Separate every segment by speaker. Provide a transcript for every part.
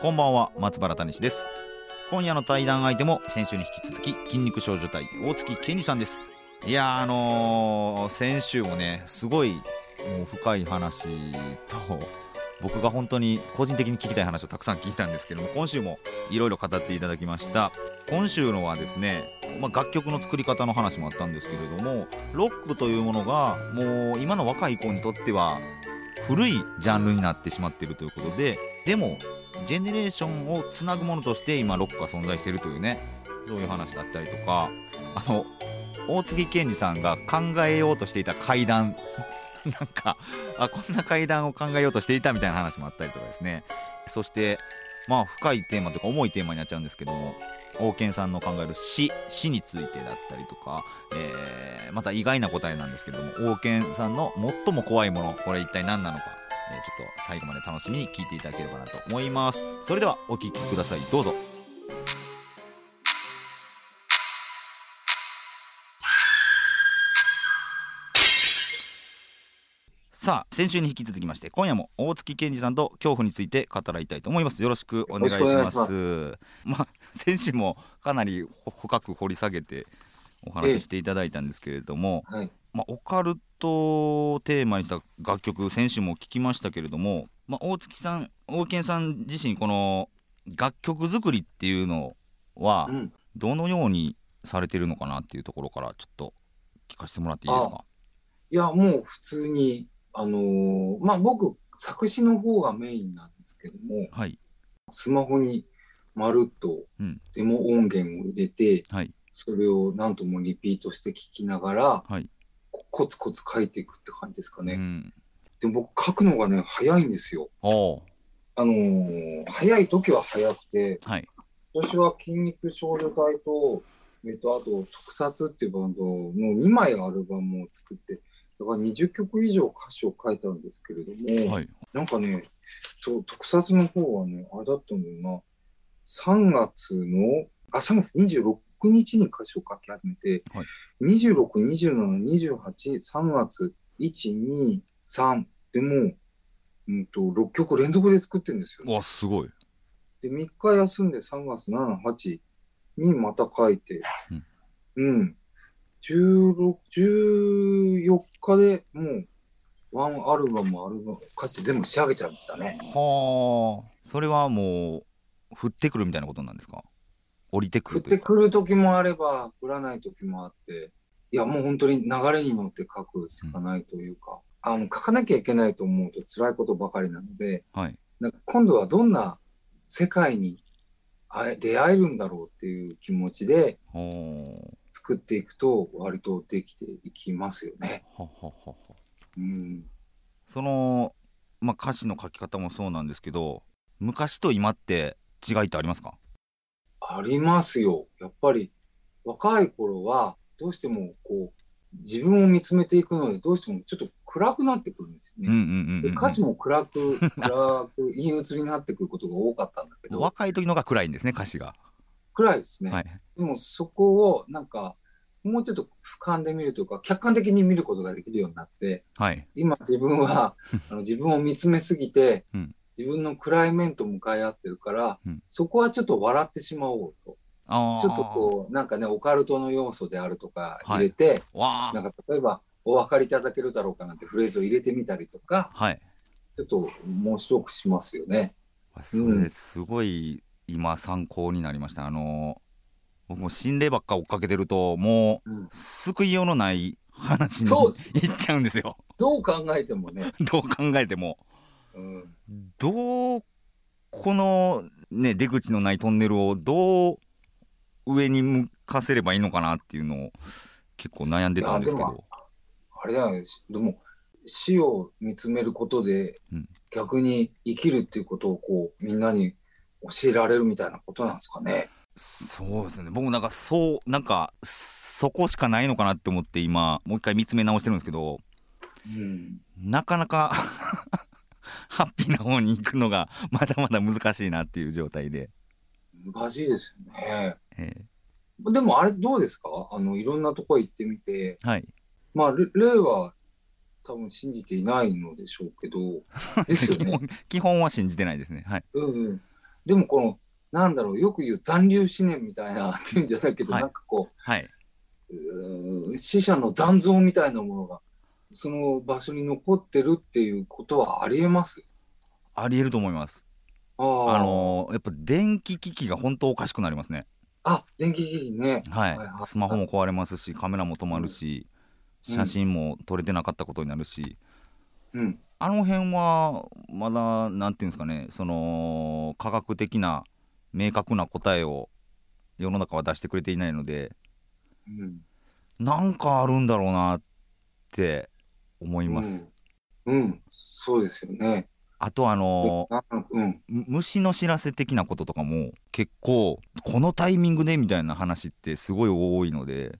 Speaker 1: こんばんは松原谷志です今夜の対談相手も先週に引き続き筋肉少女隊大月健二さんですいやーあのー先週もねすごいもう深い話と僕が本当に個人的に聞きたい話をたくさん聞いたんですけども今週もいろいろ語っていただきました今週のはですね、まあ、楽曲の作り方の話もあったんですけれどもロックというものがもう今の若い子にとっては古いジャンルになってしまっているということででもジェネレーションをつなぐものとして今ロックが存在しているというねそういう話だったりとかあの大月健二さんが考えようとしていた階段 なんかあこんな階段を考えようとしていたみたいな話もあったりとかですねそしてまあ深いテーマというか重いテーマになっちゃうんですけども王健さんの考える死死についてだったりとか、えーまた意外な答えなんですけども王健さんの最も怖いものこれ一体何なのかえーちょっと最後まで楽しみに聞いていただければなと思いますそれではお聞きくださいどうぞさあ先週に引き続きまして今夜も大月健二さんと恐怖について語らいたいと思いますよろしくお願いし
Speaker 2: よろ
Speaker 1: ま
Speaker 2: し
Speaker 1: す
Speaker 2: くお願いし
Speaker 1: まあ先週もかなりほ深く掘り下げてお話ししていただいたんですけれども、
Speaker 2: はい、
Speaker 1: まあ、オカルトをテーマにした楽曲先週も聞きましたけれども、まあ、大月さん大健さん自身この楽曲作りっていうのは
Speaker 2: うん、
Speaker 1: どのようにされてるのかなっていうところからちょっと聞かせてもらっていいですか
Speaker 2: いやもう普通にあのーまあ僕作詞の方がメインなんですけども
Speaker 1: はい
Speaker 2: スマホにまるっと
Speaker 1: うん
Speaker 2: デモ音源を入れて、
Speaker 1: はい
Speaker 2: それを何度もリピートして聞きながら、
Speaker 1: はい
Speaker 2: こコツコツ書いていくって感じですかね、
Speaker 1: うん
Speaker 2: でも僕書くのがね早いんですよ
Speaker 1: おー
Speaker 2: あのー早い時は早くて
Speaker 1: はい
Speaker 2: 今年は筋肉少女隊と、えっと、あと特撮っていうバンドの2枚アルバムを作って、だから20曲以上歌詞を書いたんですけれども、
Speaker 1: はい
Speaker 2: なんかね、そう、特撮の方はね、あれだったんだよな、3月の、あ、3月26日に歌詞を書き始めて、
Speaker 1: はい
Speaker 2: 26、27、28、3月、1、2、3でもう、うんと、6曲連続で作ってるんですよね。
Speaker 1: わすごい
Speaker 2: で、3日休んで3月7、8にまた書いて、うん。16 14日でもう、ワンアルバム、アルバム、歌詞全部仕上げちゃいましたね。
Speaker 1: はあそれはもう降ってくるみたいなことなんですか降りてく
Speaker 2: 降
Speaker 1: る
Speaker 2: っ
Speaker 1: とい
Speaker 2: て
Speaker 1: うか
Speaker 2: くる時もあれば、降らない時もあって、いや、もう本当に流れに乗って書くしかないというか、あの、書かなきゃいけないと思うと辛いことばかりなので、
Speaker 1: はい
Speaker 2: なんか今度はどんな世界にあえ出会えるんだろうっていう気持ちで、
Speaker 1: は
Speaker 2: 作っていくと割とできていきますよね。
Speaker 1: あはははは
Speaker 2: うん、
Speaker 1: その、まあ、歌詞の書き方もそうなんですけど昔と今って違いってありますか
Speaker 2: ありますよ。やっぱり若い頃はどうしてもこう自分を見つめていくのでどうしてもちょっと暗くなってくるんですよ
Speaker 1: うんう
Speaker 2: ね。
Speaker 1: んうん、
Speaker 2: で
Speaker 1: うん、
Speaker 2: 歌詞も 暗く暗く陰鬱になってくることが多かったんだけど
Speaker 1: 若い時のが暗いんですね歌詞が、
Speaker 2: 暗いですね、
Speaker 1: はい
Speaker 2: でもそこをなんかもうちょっと俯瞰で見るというか客観的に見ることができるようになって
Speaker 1: はい
Speaker 2: 今自 分はあの自分を見つめすぎて、
Speaker 1: うん
Speaker 2: 自分の暗い面と向かい合ってるから、
Speaker 1: うん
Speaker 2: そこはちょっと笑ってしまおうと
Speaker 1: あ
Speaker 2: ちょっとこうなんかねオカルトの要素であるとか
Speaker 1: はい
Speaker 2: 入れて、
Speaker 1: うわ
Speaker 2: なん
Speaker 1: あ
Speaker 2: か例えばお分かりいただけるだろうかなんてフレーズを入れてみたりとか
Speaker 1: はい
Speaker 2: ちょっと面白くしますよね。
Speaker 1: それすごい今参考になりましたあの僕も心霊ばっか追っかけてるとも
Speaker 2: うん
Speaker 1: う救いようのない話に
Speaker 2: そう
Speaker 1: い
Speaker 2: です
Speaker 1: っちゃうんですよ
Speaker 2: どう考えてもね、
Speaker 1: どう考えても
Speaker 2: うん、
Speaker 1: どうこの、ね、出口のないトンネルをどう上に向かせればいいのかなっていうのを結構悩んでたんですけ
Speaker 2: いやで
Speaker 1: ど
Speaker 2: あれじゃないですでも死を見つめることで、
Speaker 1: うん
Speaker 2: 逆に生きるっていうことをこうみんなに教えられるみたいなことなんですかね。
Speaker 1: そうですね僕もなんかそうなんかそこしかないのかなって思って今もう一回見つめ直してるんですけど
Speaker 2: うん、
Speaker 1: なかなか ハッピーな方に行くのがまだまだ難しいなっていう状態で、
Speaker 2: 難しいですよね。
Speaker 1: え
Speaker 2: でもあれどうですかあのいろんなとこ行ってみて、
Speaker 1: ーはい
Speaker 2: まあ、れ霊は多分信じていないのでしょうけど、 ですよ
Speaker 1: 基
Speaker 2: ね。
Speaker 1: 本基本は信じてないですねはい
Speaker 2: うんうん、でもこの、なんだろう、よく言う残留思念みたいなっていうんじゃないけど、
Speaker 1: はい
Speaker 2: なんかこ
Speaker 1: はいう
Speaker 2: うーん、死者の残像みたいなものが、その場所に残ってるっていうことはありえます
Speaker 1: ありえると思います
Speaker 2: あー
Speaker 1: あのーやっぱ電気機器が本当おかしくなりますね
Speaker 2: あ、電気機器ね。
Speaker 1: はい
Speaker 2: はいはい
Speaker 1: スマホも壊れますしカメラも止まるし、
Speaker 2: うん
Speaker 1: 写真も撮れてなかったことになるし、
Speaker 2: うん。
Speaker 1: あの辺はまだなんていうんですかねその科学的な明確な答えを世の中は出してくれていないので
Speaker 2: うん。
Speaker 1: なんかあるんだろうなって思います、
Speaker 2: うん。うんそうですよね。
Speaker 1: あとあの
Speaker 2: なんかうん。
Speaker 1: む虫の知らせ的なこととかも結構このタイミングでみたいな話ってすごい多いので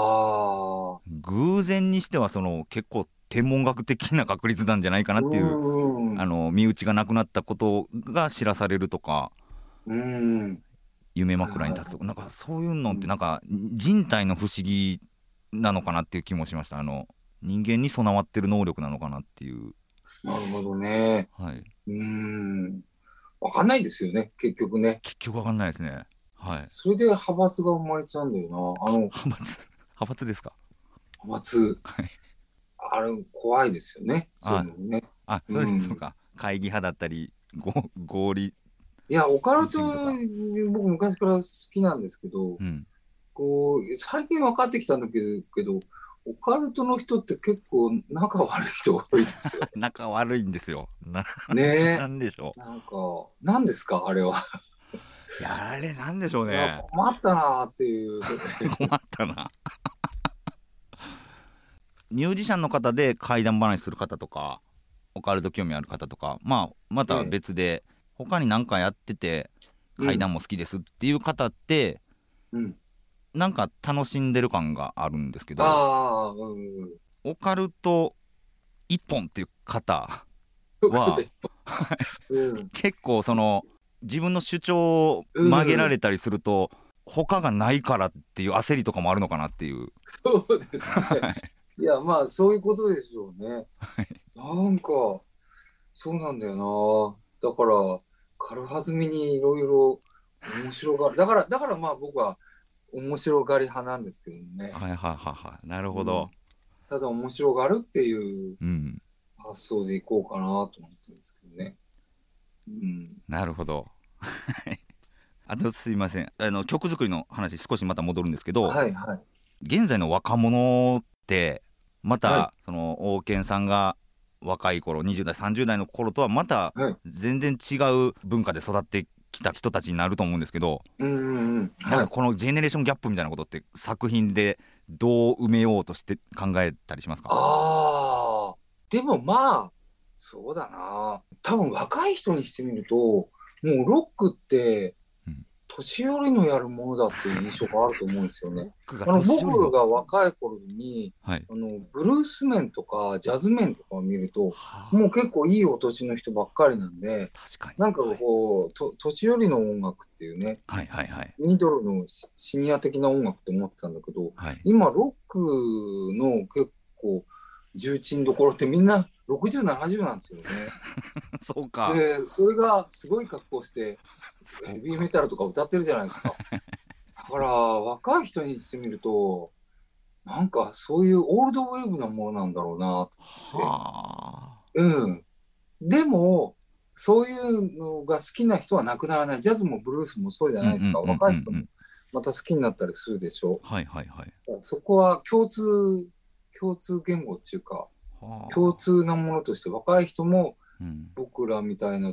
Speaker 2: ああ。
Speaker 1: 偶然にしてはその結構天文学的な確率なんじゃないかなっていう、
Speaker 2: うん。
Speaker 1: あの身内が亡くなったことが知らされるとか
Speaker 2: うん。
Speaker 1: 夢枕に立つとかなんかそういうのってなんか人体の不思議なのかなっていう気もしましたあの人間に備わってる能力なのかなっていう
Speaker 2: なるほどね。
Speaker 1: はい
Speaker 2: うん。わかんないですよね、結局ね。
Speaker 1: 結局わかんないですねはい
Speaker 2: それで派閥が生まれちゃうんだよな。あの、
Speaker 1: 派閥派閥ですか
Speaker 2: 派閥。
Speaker 1: はい
Speaker 2: あれ、怖いですよね。そういうのね。
Speaker 1: あそれ
Speaker 2: うん
Speaker 1: そうか会議派だったりご合理
Speaker 2: いや、オカルト、
Speaker 1: 不思
Speaker 2: 僕昔から好きなんですけど、
Speaker 1: うん
Speaker 2: こう、最近分かってきたんだけど、けどオカルトの人って結構仲悪い人多いで すよ。
Speaker 1: 仲悪いんですよな
Speaker 2: ね
Speaker 1: なんでしょ
Speaker 2: なんか、何ですか、あれは。
Speaker 1: ういやあれなんでしょう
Speaker 2: いや
Speaker 1: ね
Speaker 2: 困ったなーっていう。
Speaker 1: 困ったなミュージシャンの方で怪談話する方とかオカルト興味ある方とか、まあ、また別で、他に何かやってて怪談も好きですっていう方って、
Speaker 2: うん。
Speaker 1: なんか楽しんでる感があるんですけど
Speaker 2: ああ、うん。
Speaker 1: オカルト一本っていう方
Speaker 2: わ うん。
Speaker 1: 結構その自分の主張を曲げられたりすると、他がないからっていう焦りとかもあるのかなっていう
Speaker 2: そうですね。いや、まあ、そういうことでしょうね。なんか、そうなんだよな。だから、軽はずみにいろいろ面白がる。だから、だからまあ僕は面白がり派なんですけどね。
Speaker 1: はいはいはいはいなるほど、
Speaker 2: ただ面白がるっていう
Speaker 1: うん、
Speaker 2: 発想でいこうかなと思ってるんですけどね。うん。
Speaker 1: なるほど。 あとすいませんあの曲作りの話少しまた戻るんですけど、
Speaker 2: はいはい。
Speaker 1: 現在の若者ってまた、
Speaker 2: は
Speaker 1: その王健さんが若い頃20代30代の頃とはまた
Speaker 2: はい
Speaker 1: 全然違う文化で育ってきた人たちになると思うんですけど、
Speaker 2: うんうんうん。
Speaker 1: な
Speaker 2: は
Speaker 1: んか
Speaker 2: い。
Speaker 1: このジェネレーションギャップみたいなことって作品でどう埋めようとして考えたりしますか
Speaker 2: ああ、でもまあ、そうだな。多分若い人にしてみると、もうロックって
Speaker 1: うん、
Speaker 2: 年寄りのやるものだっていう印象があると思うんですよね。
Speaker 1: 僕
Speaker 2: あの
Speaker 1: 年寄りの
Speaker 2: 僕が若い頃に
Speaker 1: はい
Speaker 2: あの、ブルース面とかジャズ面とかを見ると、
Speaker 1: はあ
Speaker 2: もう結構いいお年の人ばっかりなんで、
Speaker 1: 確かに
Speaker 2: なんか
Speaker 1: はい
Speaker 2: こう、と年寄りの音楽っていうね、
Speaker 1: はいはいはい
Speaker 2: ミドルのシシニア的な音楽と思ってたんだけど、
Speaker 1: はい
Speaker 2: 今ロックの結構重鎮どころってみんな60、70なんですよね。
Speaker 1: そうか
Speaker 2: で、それがすごい格好して
Speaker 1: そうか
Speaker 2: ヘビーメタルとか歌ってるじゃないですか。だから若い人にしてみると、なんかそういうオールドウェーブなものなんだろうな。
Speaker 1: はあ
Speaker 2: うん。でも、そういうのが好きな人はなくならない。ジャズもブルースもそうじゃないですか。
Speaker 1: うんうんうんうん
Speaker 2: 若い人もまた好きになったりするでしょ。
Speaker 1: はいはいはい。
Speaker 2: そこは共通、共通言語っていうか、共通なものとして若い人も
Speaker 1: うん
Speaker 2: 僕らみたいなう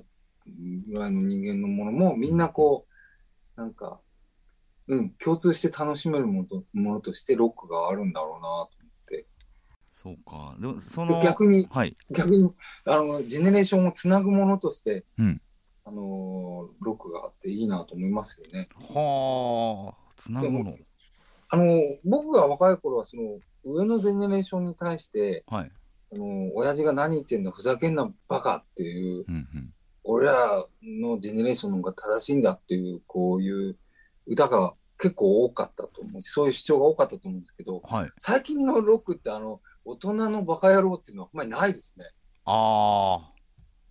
Speaker 2: んぐらいの人間のものもみんなこうなんかうん共通して楽しめるものとものとしてロックがあるんだろうなと思って
Speaker 1: そうか。でも、その、
Speaker 2: 逆に、
Speaker 1: はい。
Speaker 2: 逆に、あの、ジェネレーションをつなぐものとして、
Speaker 1: うん
Speaker 2: あのー、ロックがあっていいなと思いますよね。
Speaker 1: はあ、つなぐもの。
Speaker 2: あのー、僕が若い頃は、その、上のジェネレーションに対して、
Speaker 1: はい。
Speaker 2: あのー、親父が何言ってんだ、ふざけんな、バカっていう、
Speaker 1: うんうん。
Speaker 2: 俺らのジェネレーションの方が正しいんだっていう、こういう歌が結構多かったと思うし、そういう主張が多かったと思うんですけど、
Speaker 1: はい。
Speaker 2: 最近のロックって、あの、大人のバカ野郎っていうのは、あんまりないですね。
Speaker 1: ああ。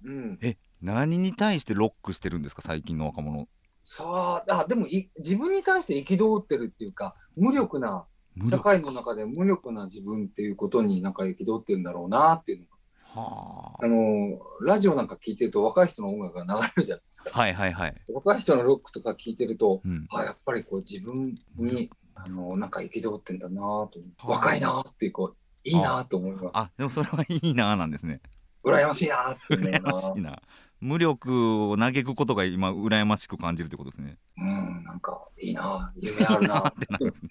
Speaker 2: うん。
Speaker 1: 何に対してロックしてるんですか、最近の若者。
Speaker 2: さあ、あでもい自分に対して憤ってるっていうか、無力な、
Speaker 1: 無
Speaker 2: 社
Speaker 1: 力
Speaker 2: 会の中で無力な自分っていうことになんか憤ってるんだろうなっていうのが
Speaker 1: は
Speaker 2: あの、ラジオなんか聞いてると若い人の音楽が流れるじゃないですか。
Speaker 1: あ。はいはいはい。
Speaker 2: 若い人のロックとか聞いてると、
Speaker 1: うん。
Speaker 2: あやっぱりこう自分に、あの、なんか憤ってんだなと思う
Speaker 1: はあ
Speaker 2: 若いなっていう、こう、いいなと思います。
Speaker 1: あ、でもそれはいいなーなんですね。
Speaker 2: 羨ましいなって思う
Speaker 1: 羨ま
Speaker 2: な
Speaker 1: しいな。無力を嘆くことが今、羨ましく感じるってことですね。
Speaker 2: うん、なんか、いいな夢ある な。
Speaker 1: ってなるんですね。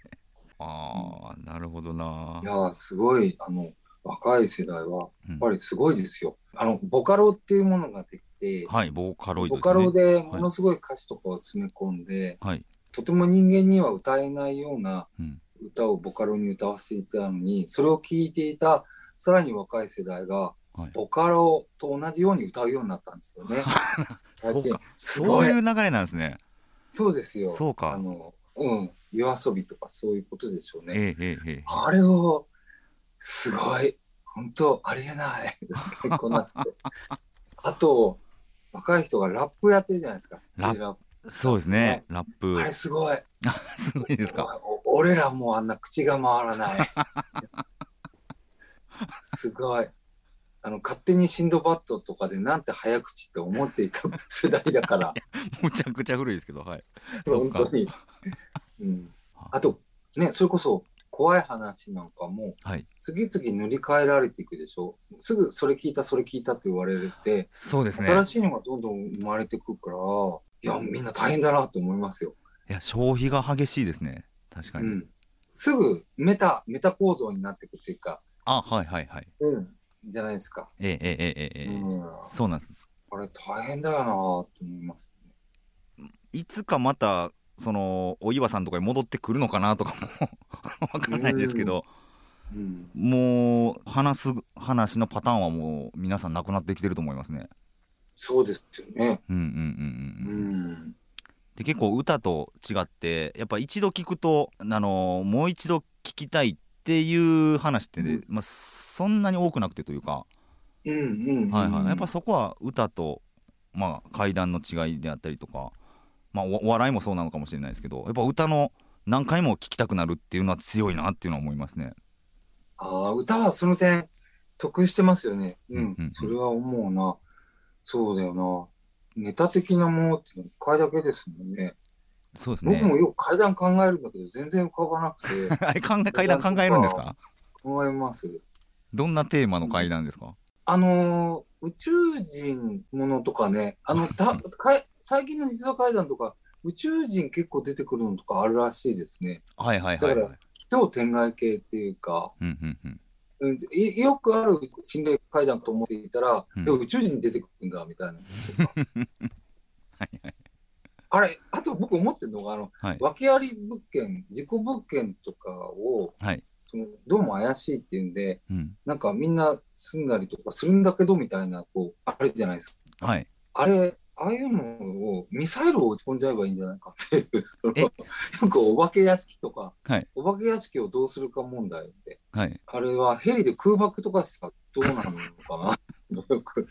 Speaker 1: ああ、なるほどない
Speaker 2: やーすごいあの若い世代は
Speaker 1: うん
Speaker 2: やっぱりすごいですよ。あのボカロっていうものができて、
Speaker 1: はい、ボーカロイド
Speaker 2: ボ
Speaker 1: ですね。
Speaker 2: カロでものすごい歌詞とかを詰め込んで、
Speaker 1: はい。
Speaker 2: とても人間には歌えないような
Speaker 1: うん
Speaker 2: 歌をボカロに歌わせていたのにそれを聴いていたさらに若い世代が
Speaker 1: はい
Speaker 2: ボカロと同じように歌うようになったんですよね。
Speaker 1: そうか。
Speaker 2: す
Speaker 1: そ
Speaker 2: ご
Speaker 1: う
Speaker 2: い
Speaker 1: いう流れなんですね。
Speaker 2: そうですよ。
Speaker 1: そうか
Speaker 2: あのうん夜遊びとかそういうことでしょうね。
Speaker 1: ええええええ。
Speaker 2: あれを、すごい、本当ありえない。 結構なっつ って。あと、若い人がラップやってるじゃないですか。
Speaker 1: ラップ
Speaker 2: J-Rap
Speaker 1: そうですね。ラップ
Speaker 2: あ。れすごい。
Speaker 1: すごいですか。
Speaker 2: おお俺らもうあんな口が回らない。 すごい。あの勝手にシンドバッドとかでなんて早口って思っていた世代だから、
Speaker 1: むちゃくちゃ古いですけど、はい。 そう
Speaker 2: 本
Speaker 1: か
Speaker 2: 当に。うん、あと、ね、それこそ怖い話なんかも、
Speaker 1: はい。
Speaker 2: 次々塗り替えられていくでしょすぐそれ聞いたそれ聞いたって言われて、
Speaker 1: そうですね。
Speaker 2: 新しいのがどんどん生まれてくるからいやみんな大変だなと思いますよ、
Speaker 1: いや、消費が激しいですね。確か
Speaker 2: う
Speaker 1: に。
Speaker 2: ん、すぐメタメタ構造になっていくっていうか、
Speaker 1: あ、はいはいはい。
Speaker 2: うん、じゃないですか、
Speaker 1: ええええええええ
Speaker 2: うん、
Speaker 1: そうなんです。
Speaker 2: あれ大変だよなと思いますね
Speaker 1: いつかまた、その、お岩さんとかに戻ってくるのかなとかも、 わからないですけど、
Speaker 2: うん、
Speaker 1: もう、話す、話のパターンはもう、皆さんなくなってきてると思いますね。
Speaker 2: そうですよね、
Speaker 1: うんうんうん
Speaker 2: う
Speaker 1: うんうん。
Speaker 2: ん、
Speaker 1: で結構歌と違ってやっぱ一度聞くと、あのーもう一度聞きたいっていう話ってね、
Speaker 2: うん
Speaker 1: まあ、そんなに多くなくてというか、
Speaker 2: うんうんうん
Speaker 1: はいはい、やっぱそこは歌と、まあ、階段の違いであったりとか、まあ、おお笑いもそうなのかもしれないですけどやっぱ歌の何回も聞きたくなるっていうのは強いなっていうのは思いますね。
Speaker 2: ああ、歌はその点、得してますよね。
Speaker 1: う
Speaker 2: うん
Speaker 1: うんうん
Speaker 2: ん、それは思うな。そうだよな。ネタ的なものって一回だけですもんね。
Speaker 1: そうです
Speaker 2: 僕
Speaker 1: ね
Speaker 2: もよく階段考えるんだけど、全然浮かばなく
Speaker 1: 、
Speaker 2: て
Speaker 1: あれ考え階段考えるんですか
Speaker 2: 考えます。
Speaker 1: どんなテーマの階段ですか、
Speaker 2: あのー宇宙人ものとかね、あの、 た、かい最近の実話階段とか、宇宙人結構出てくるのとかあるらしいですね。
Speaker 1: はいはいはいは
Speaker 2: だか
Speaker 1: い。
Speaker 2: 奇想天外系っていうか、
Speaker 1: うんうんうん
Speaker 2: うん、いよくある心霊階段と思っていたら、
Speaker 1: うん
Speaker 2: いや宇宙人出てくるんだみたいな。
Speaker 1: はいはい
Speaker 2: あれ、あと僕思ってるのが、あの、
Speaker 1: はい
Speaker 2: 訳あり物件、事故物件とかを、
Speaker 1: はい
Speaker 2: そのどうも怪しいっていうんで、
Speaker 1: うん
Speaker 2: なんかみんな住んだりとかするんだけどみたいな、こう、あれじゃないですか。
Speaker 1: はい、
Speaker 2: あれ、ああいうのをミサイルを打ち込んじゃえばいいんじゃないかっていう、その
Speaker 1: え
Speaker 2: なんかお化け屋敷とか、
Speaker 1: はい
Speaker 2: お化け屋敷をどうするか問題で、
Speaker 1: はい
Speaker 2: あれはヘリで空爆とかしたらどうなるのかな。 よく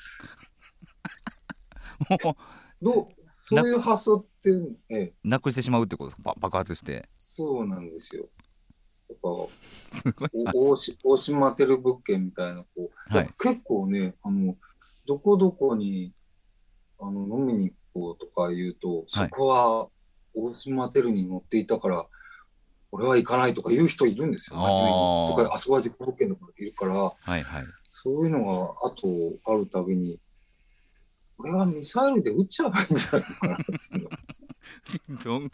Speaker 1: もう
Speaker 2: どうそういう発想って、ええ、
Speaker 1: なくしてしまうってことですかば爆発して
Speaker 2: そうなんですよ。やっぱ
Speaker 1: すごい
Speaker 2: お大し大島テル物件みたいなこう、
Speaker 1: はい
Speaker 2: 結構ねあのどこどこにあの飲みに行こうとか言うと、そこは大島テルに乗っていたから俺は行かないとか言う人いるんですよ
Speaker 1: あー
Speaker 2: 真面目にとかあそこは自己物件とかいるから
Speaker 1: はいはい
Speaker 2: そういうのがあとあるたびに俺はミサイルで撃っちゃえばいいんじゃないのかなっていうの
Speaker 1: どんどん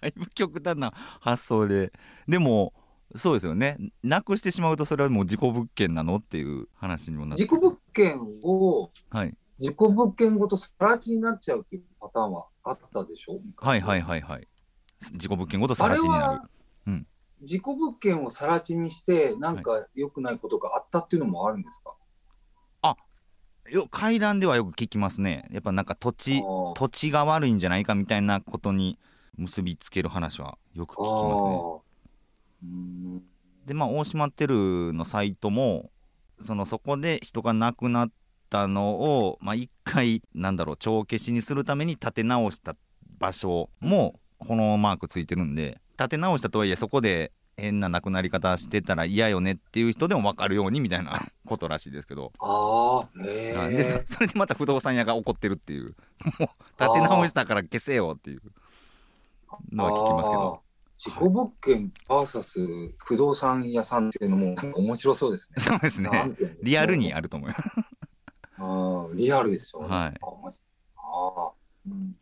Speaker 1: だいぶ極端な発想ででもそうですよねなくしてしまうとそれはもう事故物件なのっていう話にもなって
Speaker 2: 事故物件を、
Speaker 1: はい
Speaker 2: 事故物件ごとさら地になっちゃうっていうパターンはあったでしょ
Speaker 1: はいはいはいはい事故物件ごと
Speaker 2: あ
Speaker 1: 更
Speaker 2: れ
Speaker 1: 地になる
Speaker 2: は、
Speaker 1: うん
Speaker 2: 事故物件をさら地にして、なんか良くないことがあったっていうのもあるんですか、
Speaker 1: よ階段ではよく聞きますねやっぱなんか土地
Speaker 2: あー
Speaker 1: 土地が悪いんじゃないかみたいなことに結びつける話はよく聞きますね
Speaker 2: あーうん
Speaker 1: でまあ大島テルのサイトもそのそこで人が亡くなったのをまあ、一回なんだろう帳消しにするために建て直した場所もこのマークついてるんで建て直したとはいえそこで変な亡くなり方してたら嫌よねっていう人でも分かるようにみたい なことらしいですけど、
Speaker 2: あー、
Speaker 1: はい
Speaker 2: へ
Speaker 1: でそ
Speaker 2: え。
Speaker 1: それでまた不動産屋が怒ってるっていうもう建て直したから消せよっていうのは聞きますけど。
Speaker 2: あー。事故物件 VS 不動産屋さんっていうのもなんか面白そうですね。
Speaker 1: そうです
Speaker 2: な
Speaker 1: ね
Speaker 2: んていうの
Speaker 1: リアルにあると思います。
Speaker 2: あーリアルですよね。
Speaker 1: はい
Speaker 2: あマジあーうん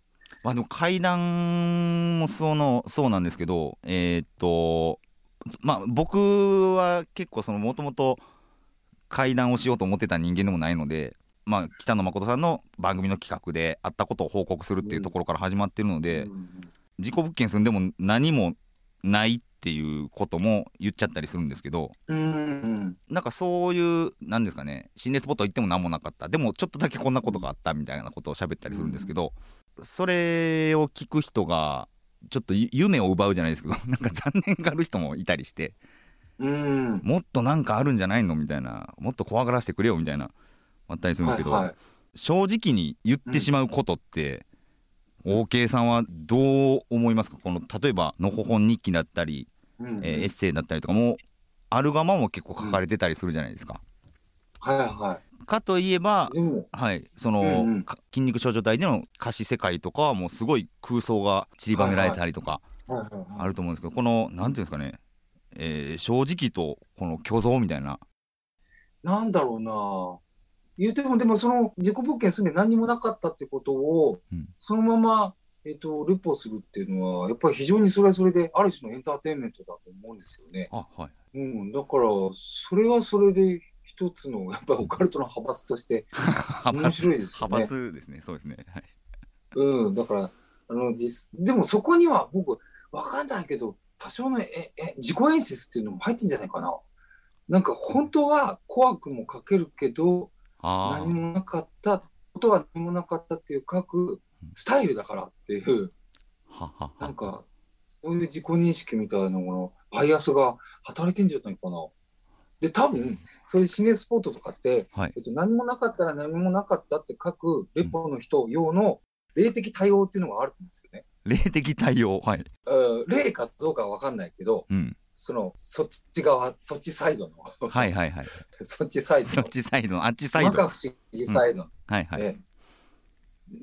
Speaker 1: まあでも階段もそのそうなんですけどえーっとまあ僕は結構そのもともと階段をしようと思ってた人間でもないので、まあ、北野誠さんの番組の企画であったことを報告するっていうところから始まってるので、
Speaker 2: うん
Speaker 1: 事故物件住んでも何もないっていうことも言っちゃったりするんですけど
Speaker 2: うんうん
Speaker 1: なんかそういうなんですかね心霊スポット行っても何もなかったでもちょっとだけこんなことがあったみたいなことを喋ったりするんですけど、それを聞く人がちょっとゆ夢を奪うじゃないですけど なんか残念がある人もいたりして
Speaker 2: うん。
Speaker 1: もっとなんかあるんじゃないのみたいなもっと怖がらせてくれよみたいなあったりするんですけど、
Speaker 2: はいはい
Speaker 1: 正直に言ってしまうことって、OK さんはどう思いますかこの例えば「のほほん日記」だったり、
Speaker 2: うんうん
Speaker 1: えーエッセイだったりとかもうあるがまも結構書かれてたりするじゃないですか。
Speaker 2: はいは
Speaker 1: かといえば
Speaker 2: い。でも、
Speaker 1: はいその、
Speaker 2: うんうん
Speaker 1: か筋肉症状体での歌詞世界とかはもうすごい空想が散りばめられたりとか
Speaker 2: はいはいはい
Speaker 1: あると思うんですけど、このなんていうんですかね、えー正直とこの虚像みたいな
Speaker 2: なんだろうな言うても、でもその事故物件住んで何もなかったってことを、
Speaker 1: うん
Speaker 2: そのまま、えっと、ルポするっていうのは、やっぱり非常にそれはそれで、ある種のエンターテインメントだと思うんですよね。
Speaker 1: あはい
Speaker 2: うん、だから、それはそれで一つの、やっぱりオカルトの派閥として、
Speaker 1: 派
Speaker 2: 面白いですよね
Speaker 1: 派閥ですねそうですねはい
Speaker 2: うん、だから、あの、実、でもそこには僕、わかんないけど、多少の、え、え、自己演出っていうのも入ってんじゃないかな。なんか本当は怖くも書けるけど、
Speaker 1: あ
Speaker 2: 何
Speaker 1: ー
Speaker 2: もなかったことは何もなかったっていう書くスタイルだからっていう
Speaker 1: はは
Speaker 2: なん
Speaker 1: は
Speaker 2: かそういう自己認識みたいなものバイアスが働いてんじゃないかな。で多分そういう心霊スポットとかって、
Speaker 1: はい
Speaker 2: えっと、何もなかったら何もなかったって書くレポの人用の霊的対応っていうのがあるんですよね。
Speaker 1: 霊的対応はい
Speaker 2: うん霊かどうかは分かんないけど
Speaker 1: うん
Speaker 2: そのそっち側そっちサイドの
Speaker 1: はいはいはい
Speaker 2: そっちサイド
Speaker 1: そ
Speaker 2: の
Speaker 1: っちサイドのあっちサイ
Speaker 2: 摩
Speaker 1: ド
Speaker 2: 訶不思議サイドの
Speaker 1: はいはい、
Speaker 2: ええ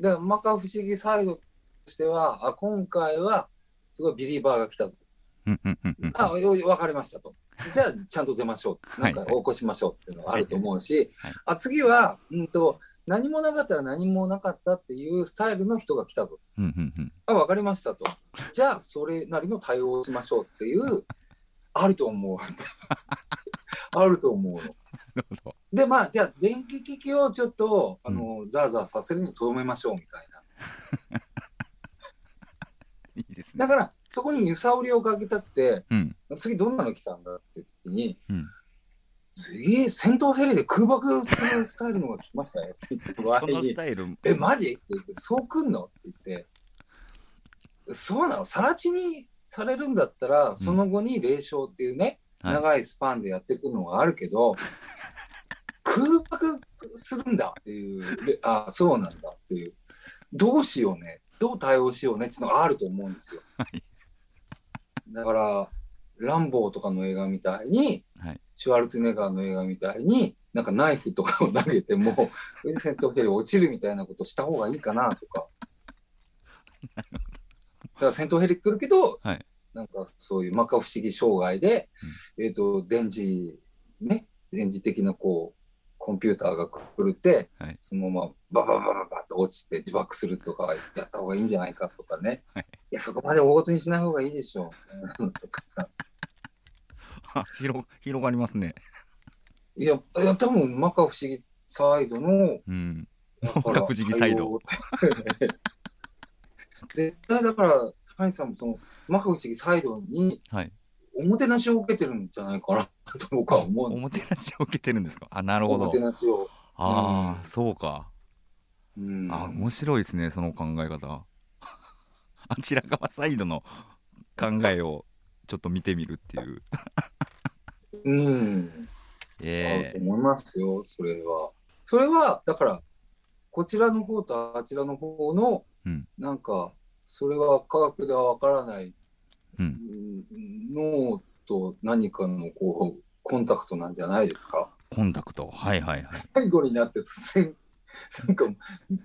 Speaker 2: だから摩訶不思議サイドとしてはあ今回はすごいビリーバーが来たぞ
Speaker 1: うんうんうんうん
Speaker 2: あよ分かりましたとじゃあちゃんと出ましょう
Speaker 1: は
Speaker 2: ないんか起こしましょうっていうのがあると思うし、
Speaker 1: はい
Speaker 2: あ次は、うん、と何もなかったら何もなかったっていうスタイルの人が来たぞ
Speaker 1: うんうんうん
Speaker 2: あ分かりましたとじゃあそれなりの対応をしましょうっていうあると思う あると思うの
Speaker 1: なるほど
Speaker 2: でまあじゃあ電気機器をちょっとあの、ザーザーさせるにとどめましょうみたいない
Speaker 1: いですね
Speaker 2: だからそこに揺さぶりをかけたくて
Speaker 1: うん
Speaker 2: 次どんなの来たんだっていう時に、
Speaker 1: うん
Speaker 2: 次戦闘ヘリで空爆するスタイルのが来ましたよって言って場合
Speaker 1: そのス
Speaker 2: に
Speaker 1: タイル
Speaker 2: 「えマジ?」って言って「そうくんの?」って言って「そうなのさら地にされるんだったらその後に霊障っていうね、
Speaker 1: はい
Speaker 2: 長いスパンでやっていくのがあるけ ど、空爆するんだっていうれあそうなんだっていうどうしようねどう対応しようねっていうのがあると思うんですよ。
Speaker 1: はい
Speaker 2: だからランボーとかの映画みたいに、
Speaker 1: はい
Speaker 2: シュワルツェネッガーの映画みたいになんかナイフとかを投げても戦闘ヘリ落ちるみたいなことした方がいいかなと か。だから戦闘ヘリ来るけど、
Speaker 1: はい
Speaker 2: なんかそういう摩訶不思議障害で、えっ、と電磁ね電磁的なこうコンピューターが来るって、
Speaker 1: はい
Speaker 2: そのままババババババッと落ちて自爆するとかやった方がいいんじゃないかとかね、
Speaker 1: はい
Speaker 2: いやそこまで大ごとにしない方がいいでしょうとか
Speaker 1: 広広がりますね。
Speaker 2: いや、いや多分摩訶不思議サイドの、
Speaker 1: うん。
Speaker 2: だから
Speaker 1: 摩訶不思議サイド。
Speaker 2: 対応って 絶対だから、谷さんもその摩訶不思議サイドに、
Speaker 1: はい
Speaker 2: おもてなしを受けてるんじゃないかなと僕は思
Speaker 1: お
Speaker 2: うんです
Speaker 1: もてなしを受けてるんですか。あ、なる
Speaker 2: お
Speaker 1: ほど
Speaker 2: も。てなしを。
Speaker 1: ああ、そうか。
Speaker 2: うん、
Speaker 1: あ、面白いですね、その考え方。 あちら側サイドの 考えをちょっと見てみるっていう。
Speaker 2: うん、ある
Speaker 1: え
Speaker 2: と思いますよ、それは。それは、だから、こちらの方とあちらの方の、
Speaker 1: うん
Speaker 2: なんか、それは科学ではわからない、
Speaker 1: うん
Speaker 2: うん脳と何かのこうコンタクトなんじゃないですか。
Speaker 1: ー、コンタクト。はいはいはい。
Speaker 2: 最後になって突然、なんか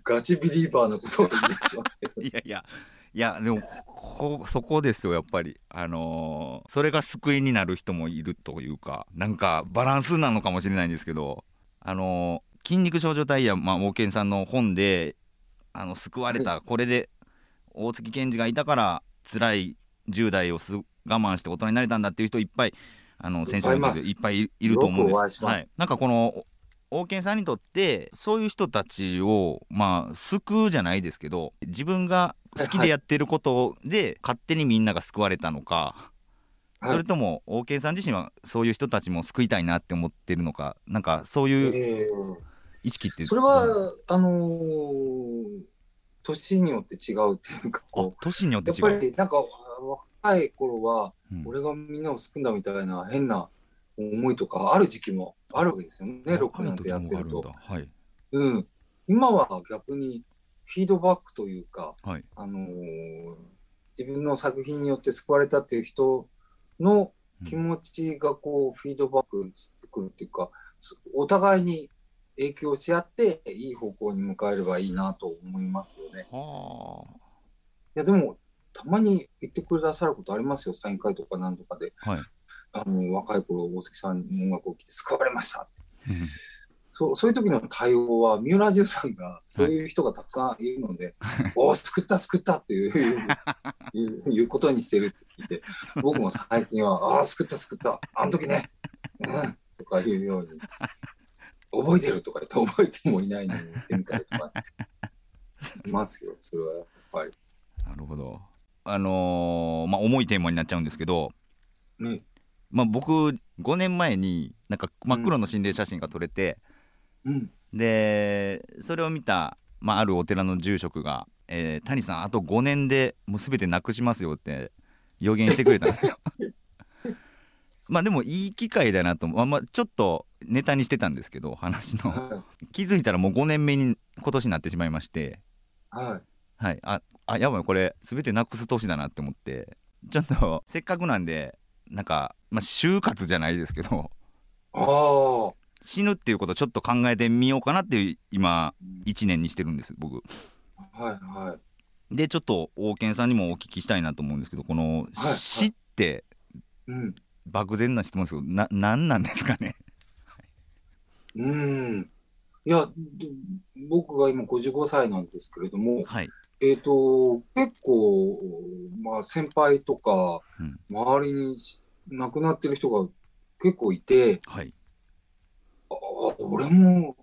Speaker 2: ガチビリーバーなことを言ってしまって。
Speaker 1: いやいや、いや、でも、ここそこですよ、やっぱり。あのーそれが救いになる人もいるというか、なんかバランスなのかもしれないんですけど、あのー筋肉症状体や、まあ、王健さんの本で、あの、救われた、これで、大月健二がいたから、辛い10代をす我慢して大人になれたんだっていう人いっぱい、あの、選手の中でいっぱいいいると思うんで
Speaker 2: よくお会い
Speaker 1: す。
Speaker 2: します
Speaker 1: はい。なんかこの、王健さんにとってそういう人たちをまあ救うじゃないですけど自分が好きでやってることで勝手にみんなが救われたのか、
Speaker 2: はい
Speaker 1: それとも王健さん自身はそういう人たちも救いたいなって思ってるのかなんかそういう
Speaker 2: え
Speaker 1: 意識って
Speaker 2: えそれは、あのー年によって違うっていうか、
Speaker 1: あ
Speaker 2: こ
Speaker 1: 年によっ
Speaker 2: う
Speaker 1: て
Speaker 2: やっ
Speaker 1: 違
Speaker 2: ぱ
Speaker 1: う、
Speaker 2: りなんか若い頃は、
Speaker 1: うん
Speaker 2: 俺がみんなを救うんだみたいな変な思いとかある時期もあるわけですよね、ロックなんてやってる
Speaker 1: 若い時
Speaker 2: と。
Speaker 1: の方があるんだはい
Speaker 2: うん、今は逆にフィードバックというか、
Speaker 1: はい
Speaker 2: あのー自分の作品によって救われたっていう人の気持ちがこうフィードバックしてくるっていうか、すお互いに影響し合っていい方向に向かえればいいなと思いますよね。
Speaker 1: はい
Speaker 2: やでもたまに言ってくださることありますよ、サイン会とか何とかで。
Speaker 1: あはい
Speaker 2: あの若い頃、大関さんの音楽を聴いて救われましたってそうそういう時の対応は、三浦淳さんが、そういう人がたくさんいるので、 おお、救った、救ったって いういういうことにしてるって聞いて、僕も最近は、 ああ、救った、救った、あの時ね、うん、とか言うように、覚えてるとか言って、覚えてもいないのに言ってみたりとか、しますよ、それはやっぱり。
Speaker 1: なるほどあのーまあ重いテーマになっちゃうんですけど、
Speaker 2: うん
Speaker 1: まあ、僕5年前になんか真っ黒の心霊写真が撮れて、
Speaker 2: うん、
Speaker 1: でそれを見た、まあ、あるお寺の住職が「えー谷さんあと5年でもう全てなくしますよ」って予言してくれたん ですよ。まあでもいい機会だなと、まあ、まあちょっとネタにしてたんですけど話の
Speaker 2: は
Speaker 1: 気づいたらもう5年目に今年になってしまいまして
Speaker 2: い、はい、
Speaker 1: はい、ああやばいこれ全てなくす年だなって思ってちょっと せっかくなんでなんか、まあ、就活じゃないですけど
Speaker 2: ああ、
Speaker 1: 死ぬっていうことをちょっと考えてみようかなっていう今1年にしてるんです僕
Speaker 2: はい、はい。
Speaker 1: でちょっと王健さんにもお聞きしたいなと思うんですけどこの
Speaker 2: はい
Speaker 1: 死って
Speaker 2: うん
Speaker 1: 漠然な質問ですけどな何なんですかね
Speaker 2: うん。いや、で僕が今55歳なんですけれども、
Speaker 1: はい
Speaker 2: えっと、結構、まあ、先輩とか
Speaker 1: うん、
Speaker 2: 周りにし亡くなってる人が結構いて、
Speaker 1: はい
Speaker 2: ああ、俺も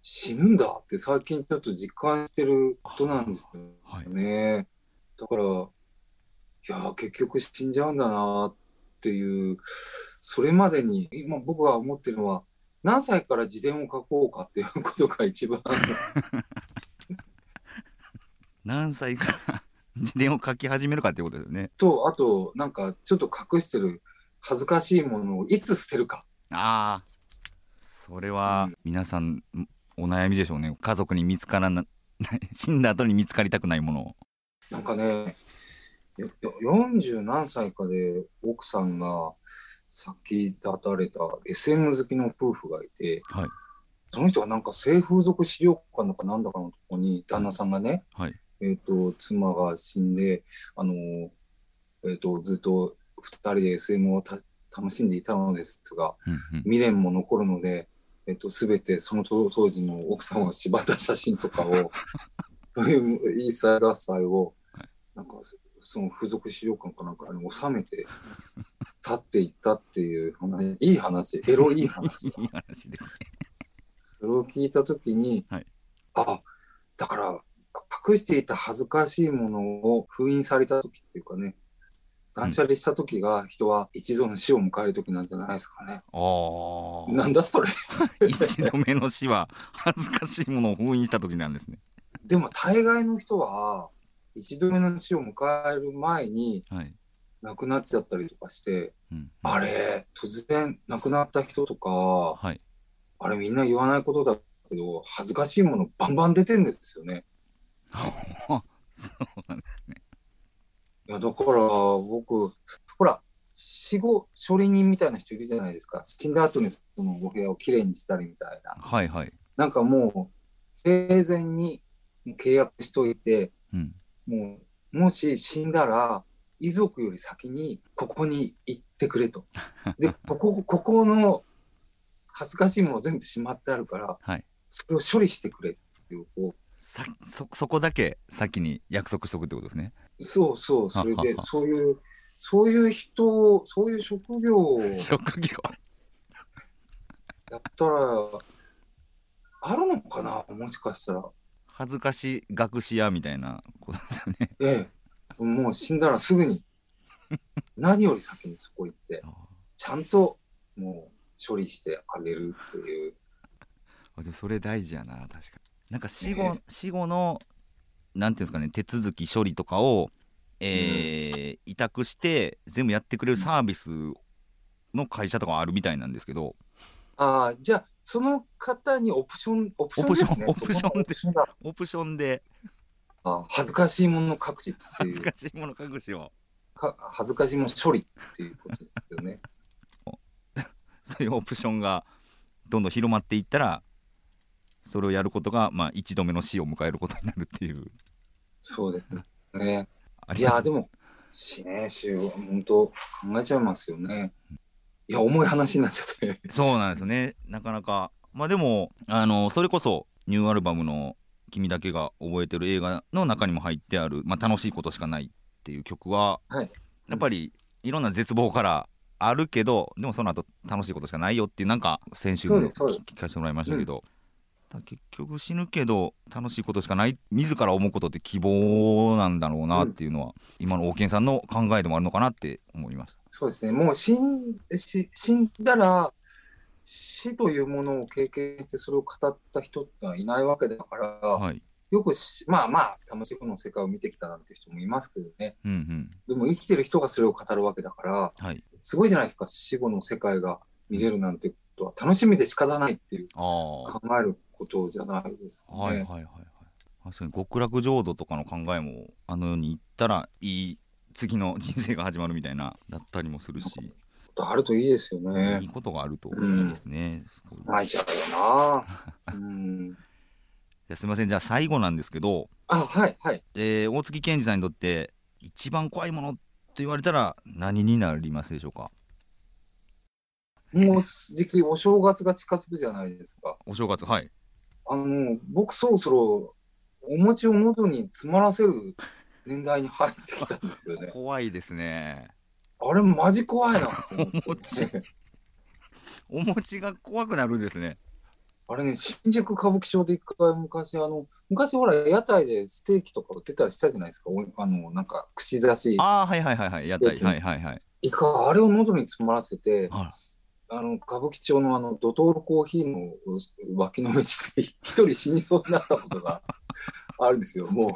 Speaker 2: 死ぬんだって最近ちょっと実感してることなんですよ
Speaker 1: はい
Speaker 2: ね。だから、いや、結局死んじゃうんだなっていう、それまでに、今僕が思ってるのは、何歳から自伝を書こうかっていうことが一番
Speaker 1: 何歳から 自伝を書き始めるかっていうことですよね
Speaker 2: と、あと、なんかちょっと隠してる恥ずかしいものをいつ捨てるか。
Speaker 1: ああそれは
Speaker 2: うん
Speaker 1: 皆さんお悩みでしょうね家族に見つからな 死んだ後に見つかりたくないものを
Speaker 2: なんかね、よよ40何歳かで奥さんが先立たれた SM 好きの夫婦がいて、
Speaker 1: はい
Speaker 2: その人がなんか性風俗資料館のかなんだかのとこに旦那さんがね、
Speaker 1: はい
Speaker 2: えっと妻が死んで、あのえっとずっと2人で SM をた楽しんでいたのですが
Speaker 1: うんうん
Speaker 2: 未練も残るので、えっと全てその当当時の奥さんを縛った写真と かをそういういいサイ合祭をなんかその付属資料館かなんかに収めて去っていったっていう話、いい話、エロいい
Speaker 1: い
Speaker 2: 話。
Speaker 1: い話です。
Speaker 2: それを聞いたときに、
Speaker 1: はい
Speaker 2: あだから隠していた恥ずかしいものを封印された時っていうかね断捨離した時が人は一度の死を迎える時なんじゃないですかね。
Speaker 1: ああ。
Speaker 2: なんだそれ
Speaker 1: 一度目の死は恥ずかしいものを封印した時なんですね。
Speaker 2: でも大概の人は一度目の死を迎える前に
Speaker 1: はい。
Speaker 2: 亡くなっちゃったりとかして
Speaker 1: うん、
Speaker 2: あれ突然亡くなった人とか
Speaker 1: はい。
Speaker 2: あれみんな言わないことだけど恥ずかしいものバンバン出てんですよね。
Speaker 1: そうなんです
Speaker 2: いや、だから僕、ほら、死後処理人みたいな人いるじゃないですか。死んだ後にそのお部屋をきれいにしたりみたいな。
Speaker 1: はいはい。
Speaker 2: なんかもう、生前に契約しといて、
Speaker 1: うん。
Speaker 2: もう、もし死んだら、遺族より先にここに行ってく れと。で、ここ、ここの恥ずかしいもの全部しまってあるから、
Speaker 1: はい
Speaker 2: それを処理してくれっていう、こ
Speaker 1: さそそこだけ先に約束しとくってことですね。
Speaker 2: うそうそう、それ
Speaker 1: は は
Speaker 2: で
Speaker 1: は、
Speaker 2: そういう、そういう人を、そういう職業を、
Speaker 1: 職業。
Speaker 2: やったら、あるのかな、もしかしたら。
Speaker 1: 恥ずかし学士屋みたいなことですよね。
Speaker 2: ええ、もう死んだらす ぐに、何より先にそこ行って、ちゃんともう処理してあげるっていう。
Speaker 1: あでもそれ大事やな確かになんか死後、
Speaker 2: ね
Speaker 1: 死後のなんていうんですかね手続き処理とかを、えー委託して全部やってくれるサービスの会社とかあるみたいなんですけど
Speaker 2: ああ、じゃあ、その方にオプション、オプションですね。
Speaker 1: オプション
Speaker 2: そこのオプションだ。
Speaker 1: オプションで
Speaker 2: ああ恥ずかしいもの隠しって
Speaker 1: 恥
Speaker 2: い
Speaker 1: ず
Speaker 2: う
Speaker 1: かしいもの隠しを
Speaker 2: か、恥ずかしいもの処理っていうことです よね。
Speaker 1: そういうオプションがどんどん広まっていったらそれをやることが、まあ、一度目の死を迎えることになるっていう
Speaker 2: そうですね。
Speaker 1: あ
Speaker 2: い
Speaker 1: り
Speaker 2: や
Speaker 1: が
Speaker 2: ー
Speaker 1: と
Speaker 2: で
Speaker 1: う
Speaker 2: も、死ね、死を、本当考えちゃいますよね。いや、重い話になっちゃって。
Speaker 1: そうなんですねなかなかまあでもあのそれこそニューアルバムの「君だけが覚えてる映画」の中にも入ってある「まあ、楽しいことしかない」っていう曲は、
Speaker 2: はい
Speaker 1: やっぱりいろんな絶望からあるけどでもその後楽しいことしかないよっていうなんか先週
Speaker 2: そ
Speaker 1: も
Speaker 2: うですそうです
Speaker 1: 聞聞かせてもらいましたけど、だ結局死ぬけど楽しいことしかない自ら思うことって希望なんだろうなっていうのは、今の王健さんの考えでもあるのかなって思いました。
Speaker 2: そうですね、もう死んし死んだら、死というものを経験して、それを語った人ってのはいないわけだから、
Speaker 1: はい、
Speaker 2: よくしまあまあ、楽しいこの世界を見てきたなんて人もいますけどね、
Speaker 1: うんうん
Speaker 2: でも生きてる人がそれを語るわけだから、
Speaker 1: はい、
Speaker 2: すごいじゃないですか、死後の世界が見れるなんてことは、楽しみで仕方ないっていう
Speaker 1: あー
Speaker 2: 考えることじゃないですかね。
Speaker 1: はいはいはいはい確かに極楽浄土とかの考えもあの世に行ったらいい次の人生が始まるみたいなだったりもするし、
Speaker 2: ことあるといいですよ
Speaker 1: い
Speaker 2: ね
Speaker 1: い。ことがあると
Speaker 2: うん
Speaker 1: いいですね、すごい
Speaker 2: 泣いちゃうよ な。うん、
Speaker 1: じゃあすいませんじゃあ最後なんですけど、
Speaker 2: あはいはい。
Speaker 1: えー大月健二さんにとって一番怖いものと言われたら何になりますでしょうか
Speaker 2: もう時期、お正月が近づくじゃないですか。
Speaker 1: お正月はい。
Speaker 2: あの、僕そろそろお餅を喉に詰まらせる年代に入ってきたんですよね
Speaker 1: 怖いですね
Speaker 2: あれマジ怖いなって 思って。
Speaker 1: お餅お餅が怖くなるんですね
Speaker 2: あれね、新宿歌舞伎町で一回昔、あの、昔ほら、屋台でステーキとか売ってたりしたじゃないですか。おあの、なんか、串刺し。
Speaker 1: ああはいはいはいはいやったり
Speaker 2: ええ
Speaker 1: はいはいはい
Speaker 2: いか、あれを喉に詰まらせて、
Speaker 1: あ
Speaker 2: あの、歌舞伎町のあの、ドトールコーヒーの脇の道で 一人死にそうになったことがあるんですよ。も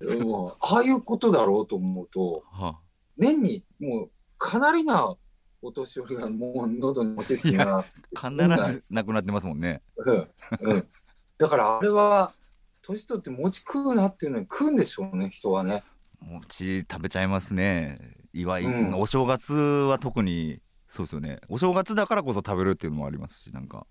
Speaker 2: う、もう、ああいうことだろうと思うと、
Speaker 1: らは
Speaker 2: 年にもうかなりなお年寄りがもう喉に持ちつきらす。
Speaker 1: あ、必ずなくなってますもんね
Speaker 2: うんうん。だからあれは、年取って餅食うなっていうのに食うんでしょうね、人はね。
Speaker 1: 餅食べちゃいますねいわゆる、
Speaker 2: うん
Speaker 1: お正月は特にそうですよねお正月だからこそ食べるっていうのもありますしなんか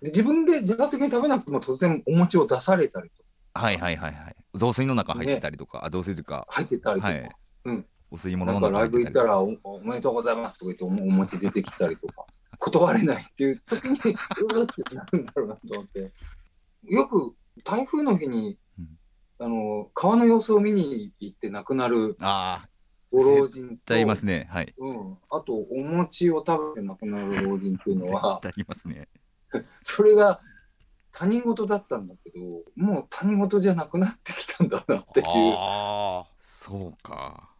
Speaker 2: で自分で自発的に食べなくても突然お餅を出されたりとか、
Speaker 1: はいはいはいはい雑炊の中入ってたりとか、あ雑炊というか
Speaker 2: 入ってたりと
Speaker 1: は
Speaker 2: か、
Speaker 1: い、
Speaker 2: うん
Speaker 1: お吸い物
Speaker 2: な
Speaker 1: の
Speaker 2: んか
Speaker 1: 中
Speaker 2: ラ
Speaker 1: 入
Speaker 2: イ
Speaker 1: っ
Speaker 2: ブ
Speaker 1: て
Speaker 2: 行
Speaker 1: た
Speaker 2: っ
Speaker 1: り
Speaker 2: た
Speaker 1: とから
Speaker 2: おおめでとうございますとか言っておお餅出てきたりとか、断れないっていう時に、うーってなるんだろうなと思って。よく台風の日に
Speaker 1: うん、
Speaker 2: あの川の様子を見に行って亡くなる
Speaker 1: あ
Speaker 2: ご老人
Speaker 1: 絶対いま
Speaker 2: と、
Speaker 1: すね。はい。
Speaker 2: うん、あとお餅を食べて亡くなる老人っていうの
Speaker 1: 絶
Speaker 2: は、
Speaker 1: 対いますね。
Speaker 2: それが他人事だったんだけど、もう他人事じゃなくなってきたんだなっていう、
Speaker 1: ああ、そうか。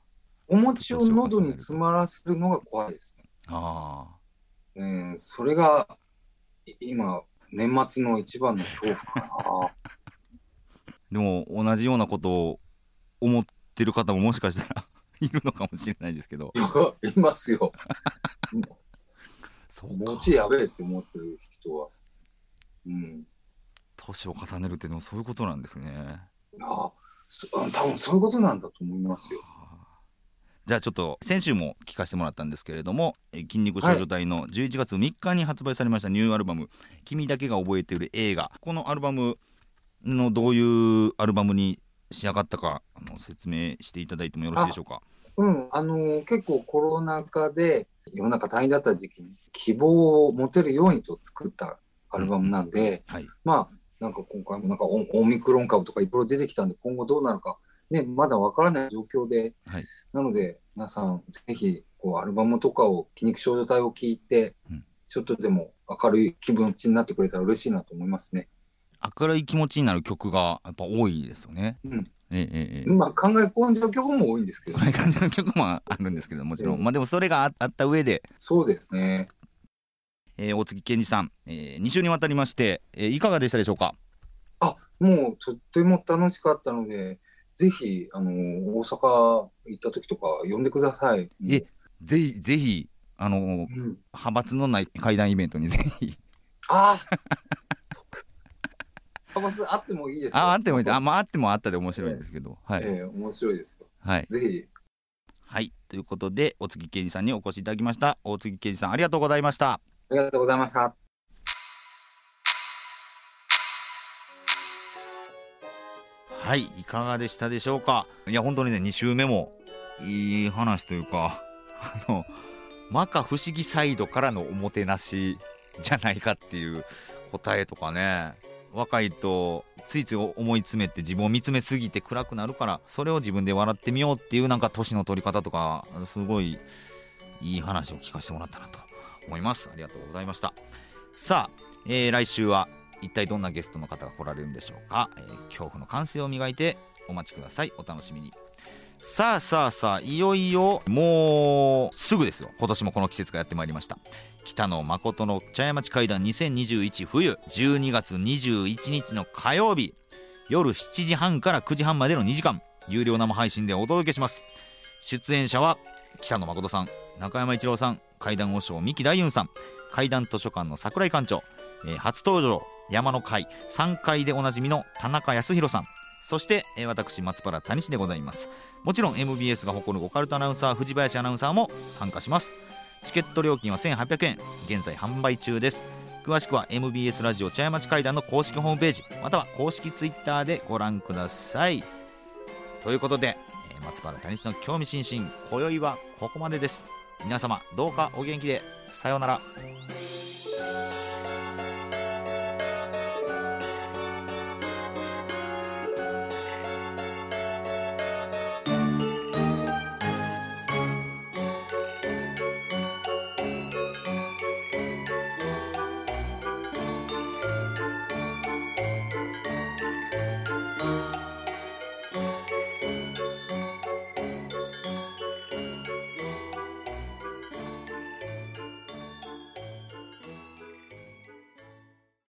Speaker 2: お餅を喉に詰まらせるのが怖いですね。
Speaker 1: ああ。
Speaker 2: うん、それがい今、年末の一番の恐怖か
Speaker 1: でも同じようなことを思ってる方ももしかしたら いるのかもしれないですけど。
Speaker 2: な。いますよ。
Speaker 1: そうか。
Speaker 2: 餅やべえって思ってる人は。うん。
Speaker 1: 年を重ねるってでもそういうことなんですね。
Speaker 2: あそ多分そういうことなんだと思いますよ。
Speaker 1: じゃあちょっと先週も聞かせてもらったんですけれども「えー筋肉少女隊」の11月3日に発売されましたニューアルバム「君だけが覚えている映画」このアルバムのどういうアルバムに仕上がったかあの説明していただいてもよろしいでしょうか。
Speaker 2: うん、あのー結構コロナ禍で世の中大変だった時期に希望を持てるようにと作ったアルバムなんで、
Speaker 1: はい、
Speaker 2: まあなんか今回もなんかオオミクロン株とかいろいろ出てきたんで今後どうなるか、ね、まだわからない状況で、
Speaker 1: はい
Speaker 2: なので皆さんぜひこうアルバムとかを「筋肉少女隊」を聞いて、
Speaker 1: うん
Speaker 2: ちょっとでも明るい気分ちになってくれたら嬉しいなと思いますね。
Speaker 1: 明るい気持ちになる曲がやっぱ多いですよね。
Speaker 2: うん
Speaker 1: ええええええ
Speaker 2: まあ考え込んじゃう曲も多いんですけど
Speaker 1: 暗い感じの曲もあるんですけどもちろん、まあでもそれがああった上で、
Speaker 2: そうですね。
Speaker 1: えー大月健二さん、え2週にわたりまして、えーいかがでしたでしょうか
Speaker 2: もうとっても楽しかったので、ぜひあの大阪行った時とか呼んでください。
Speaker 1: えぜひぜひあのー
Speaker 2: うん、
Speaker 1: 派閥のない会談イベントにぜひ
Speaker 2: ああ派閥あってもいいですよ
Speaker 1: ああってもいいあ,、まあ、あってもあったで面白いですけど、はい、
Speaker 2: ええ面白いですよ。
Speaker 1: はい、
Speaker 2: ぜひ、
Speaker 1: はい、ということで大月健二さんにお越しいただきました大月健二さんありがとうございました
Speaker 2: ありがとうございました。
Speaker 1: はいいかがでしたでしょうかいや本当にね2週目もいい話というか あの摩訶不思議サイドからのおもてなしじゃないかっていう答えとかね若いとついつい思い詰めて自分を見つめすぎて暗くなるからそれを自分で笑ってみようっていうなんか年の取り方とかすごいいい話を聞かせてもらったなと思いますありがとうございましたさあ、えー来週は一体どんなゲストの方が来られるんでしょうか、えー恐怖の感性を磨いてお待ちくださいお楽しみにさあさあさあいよいよもうすぐですよ今年もこの季節がやってまいりました北野誠の茶屋町会談2021冬12月21日の火曜日夜7時半から9時半までの2時間有料生配信でお届けします出演者は北野誠さん中山一郎さん怪談和尚三木大雲さん怪談図書館の桜井館長、えー初登場山の会3階でおなじみの田中康弘さんそして、えー私松原谷志でございますもちろん MBS が誇るオカルトアナウンサー藤林アナウンサーも参加しますチケット料金は1800円現在販売中です詳しくは MBS ラジオ茶屋町会談の公式ホームページまたは公式ツイッターでご覧くださいということで、えー松原谷志の興味津々今宵はここまでです皆様どうかお元気でさようなら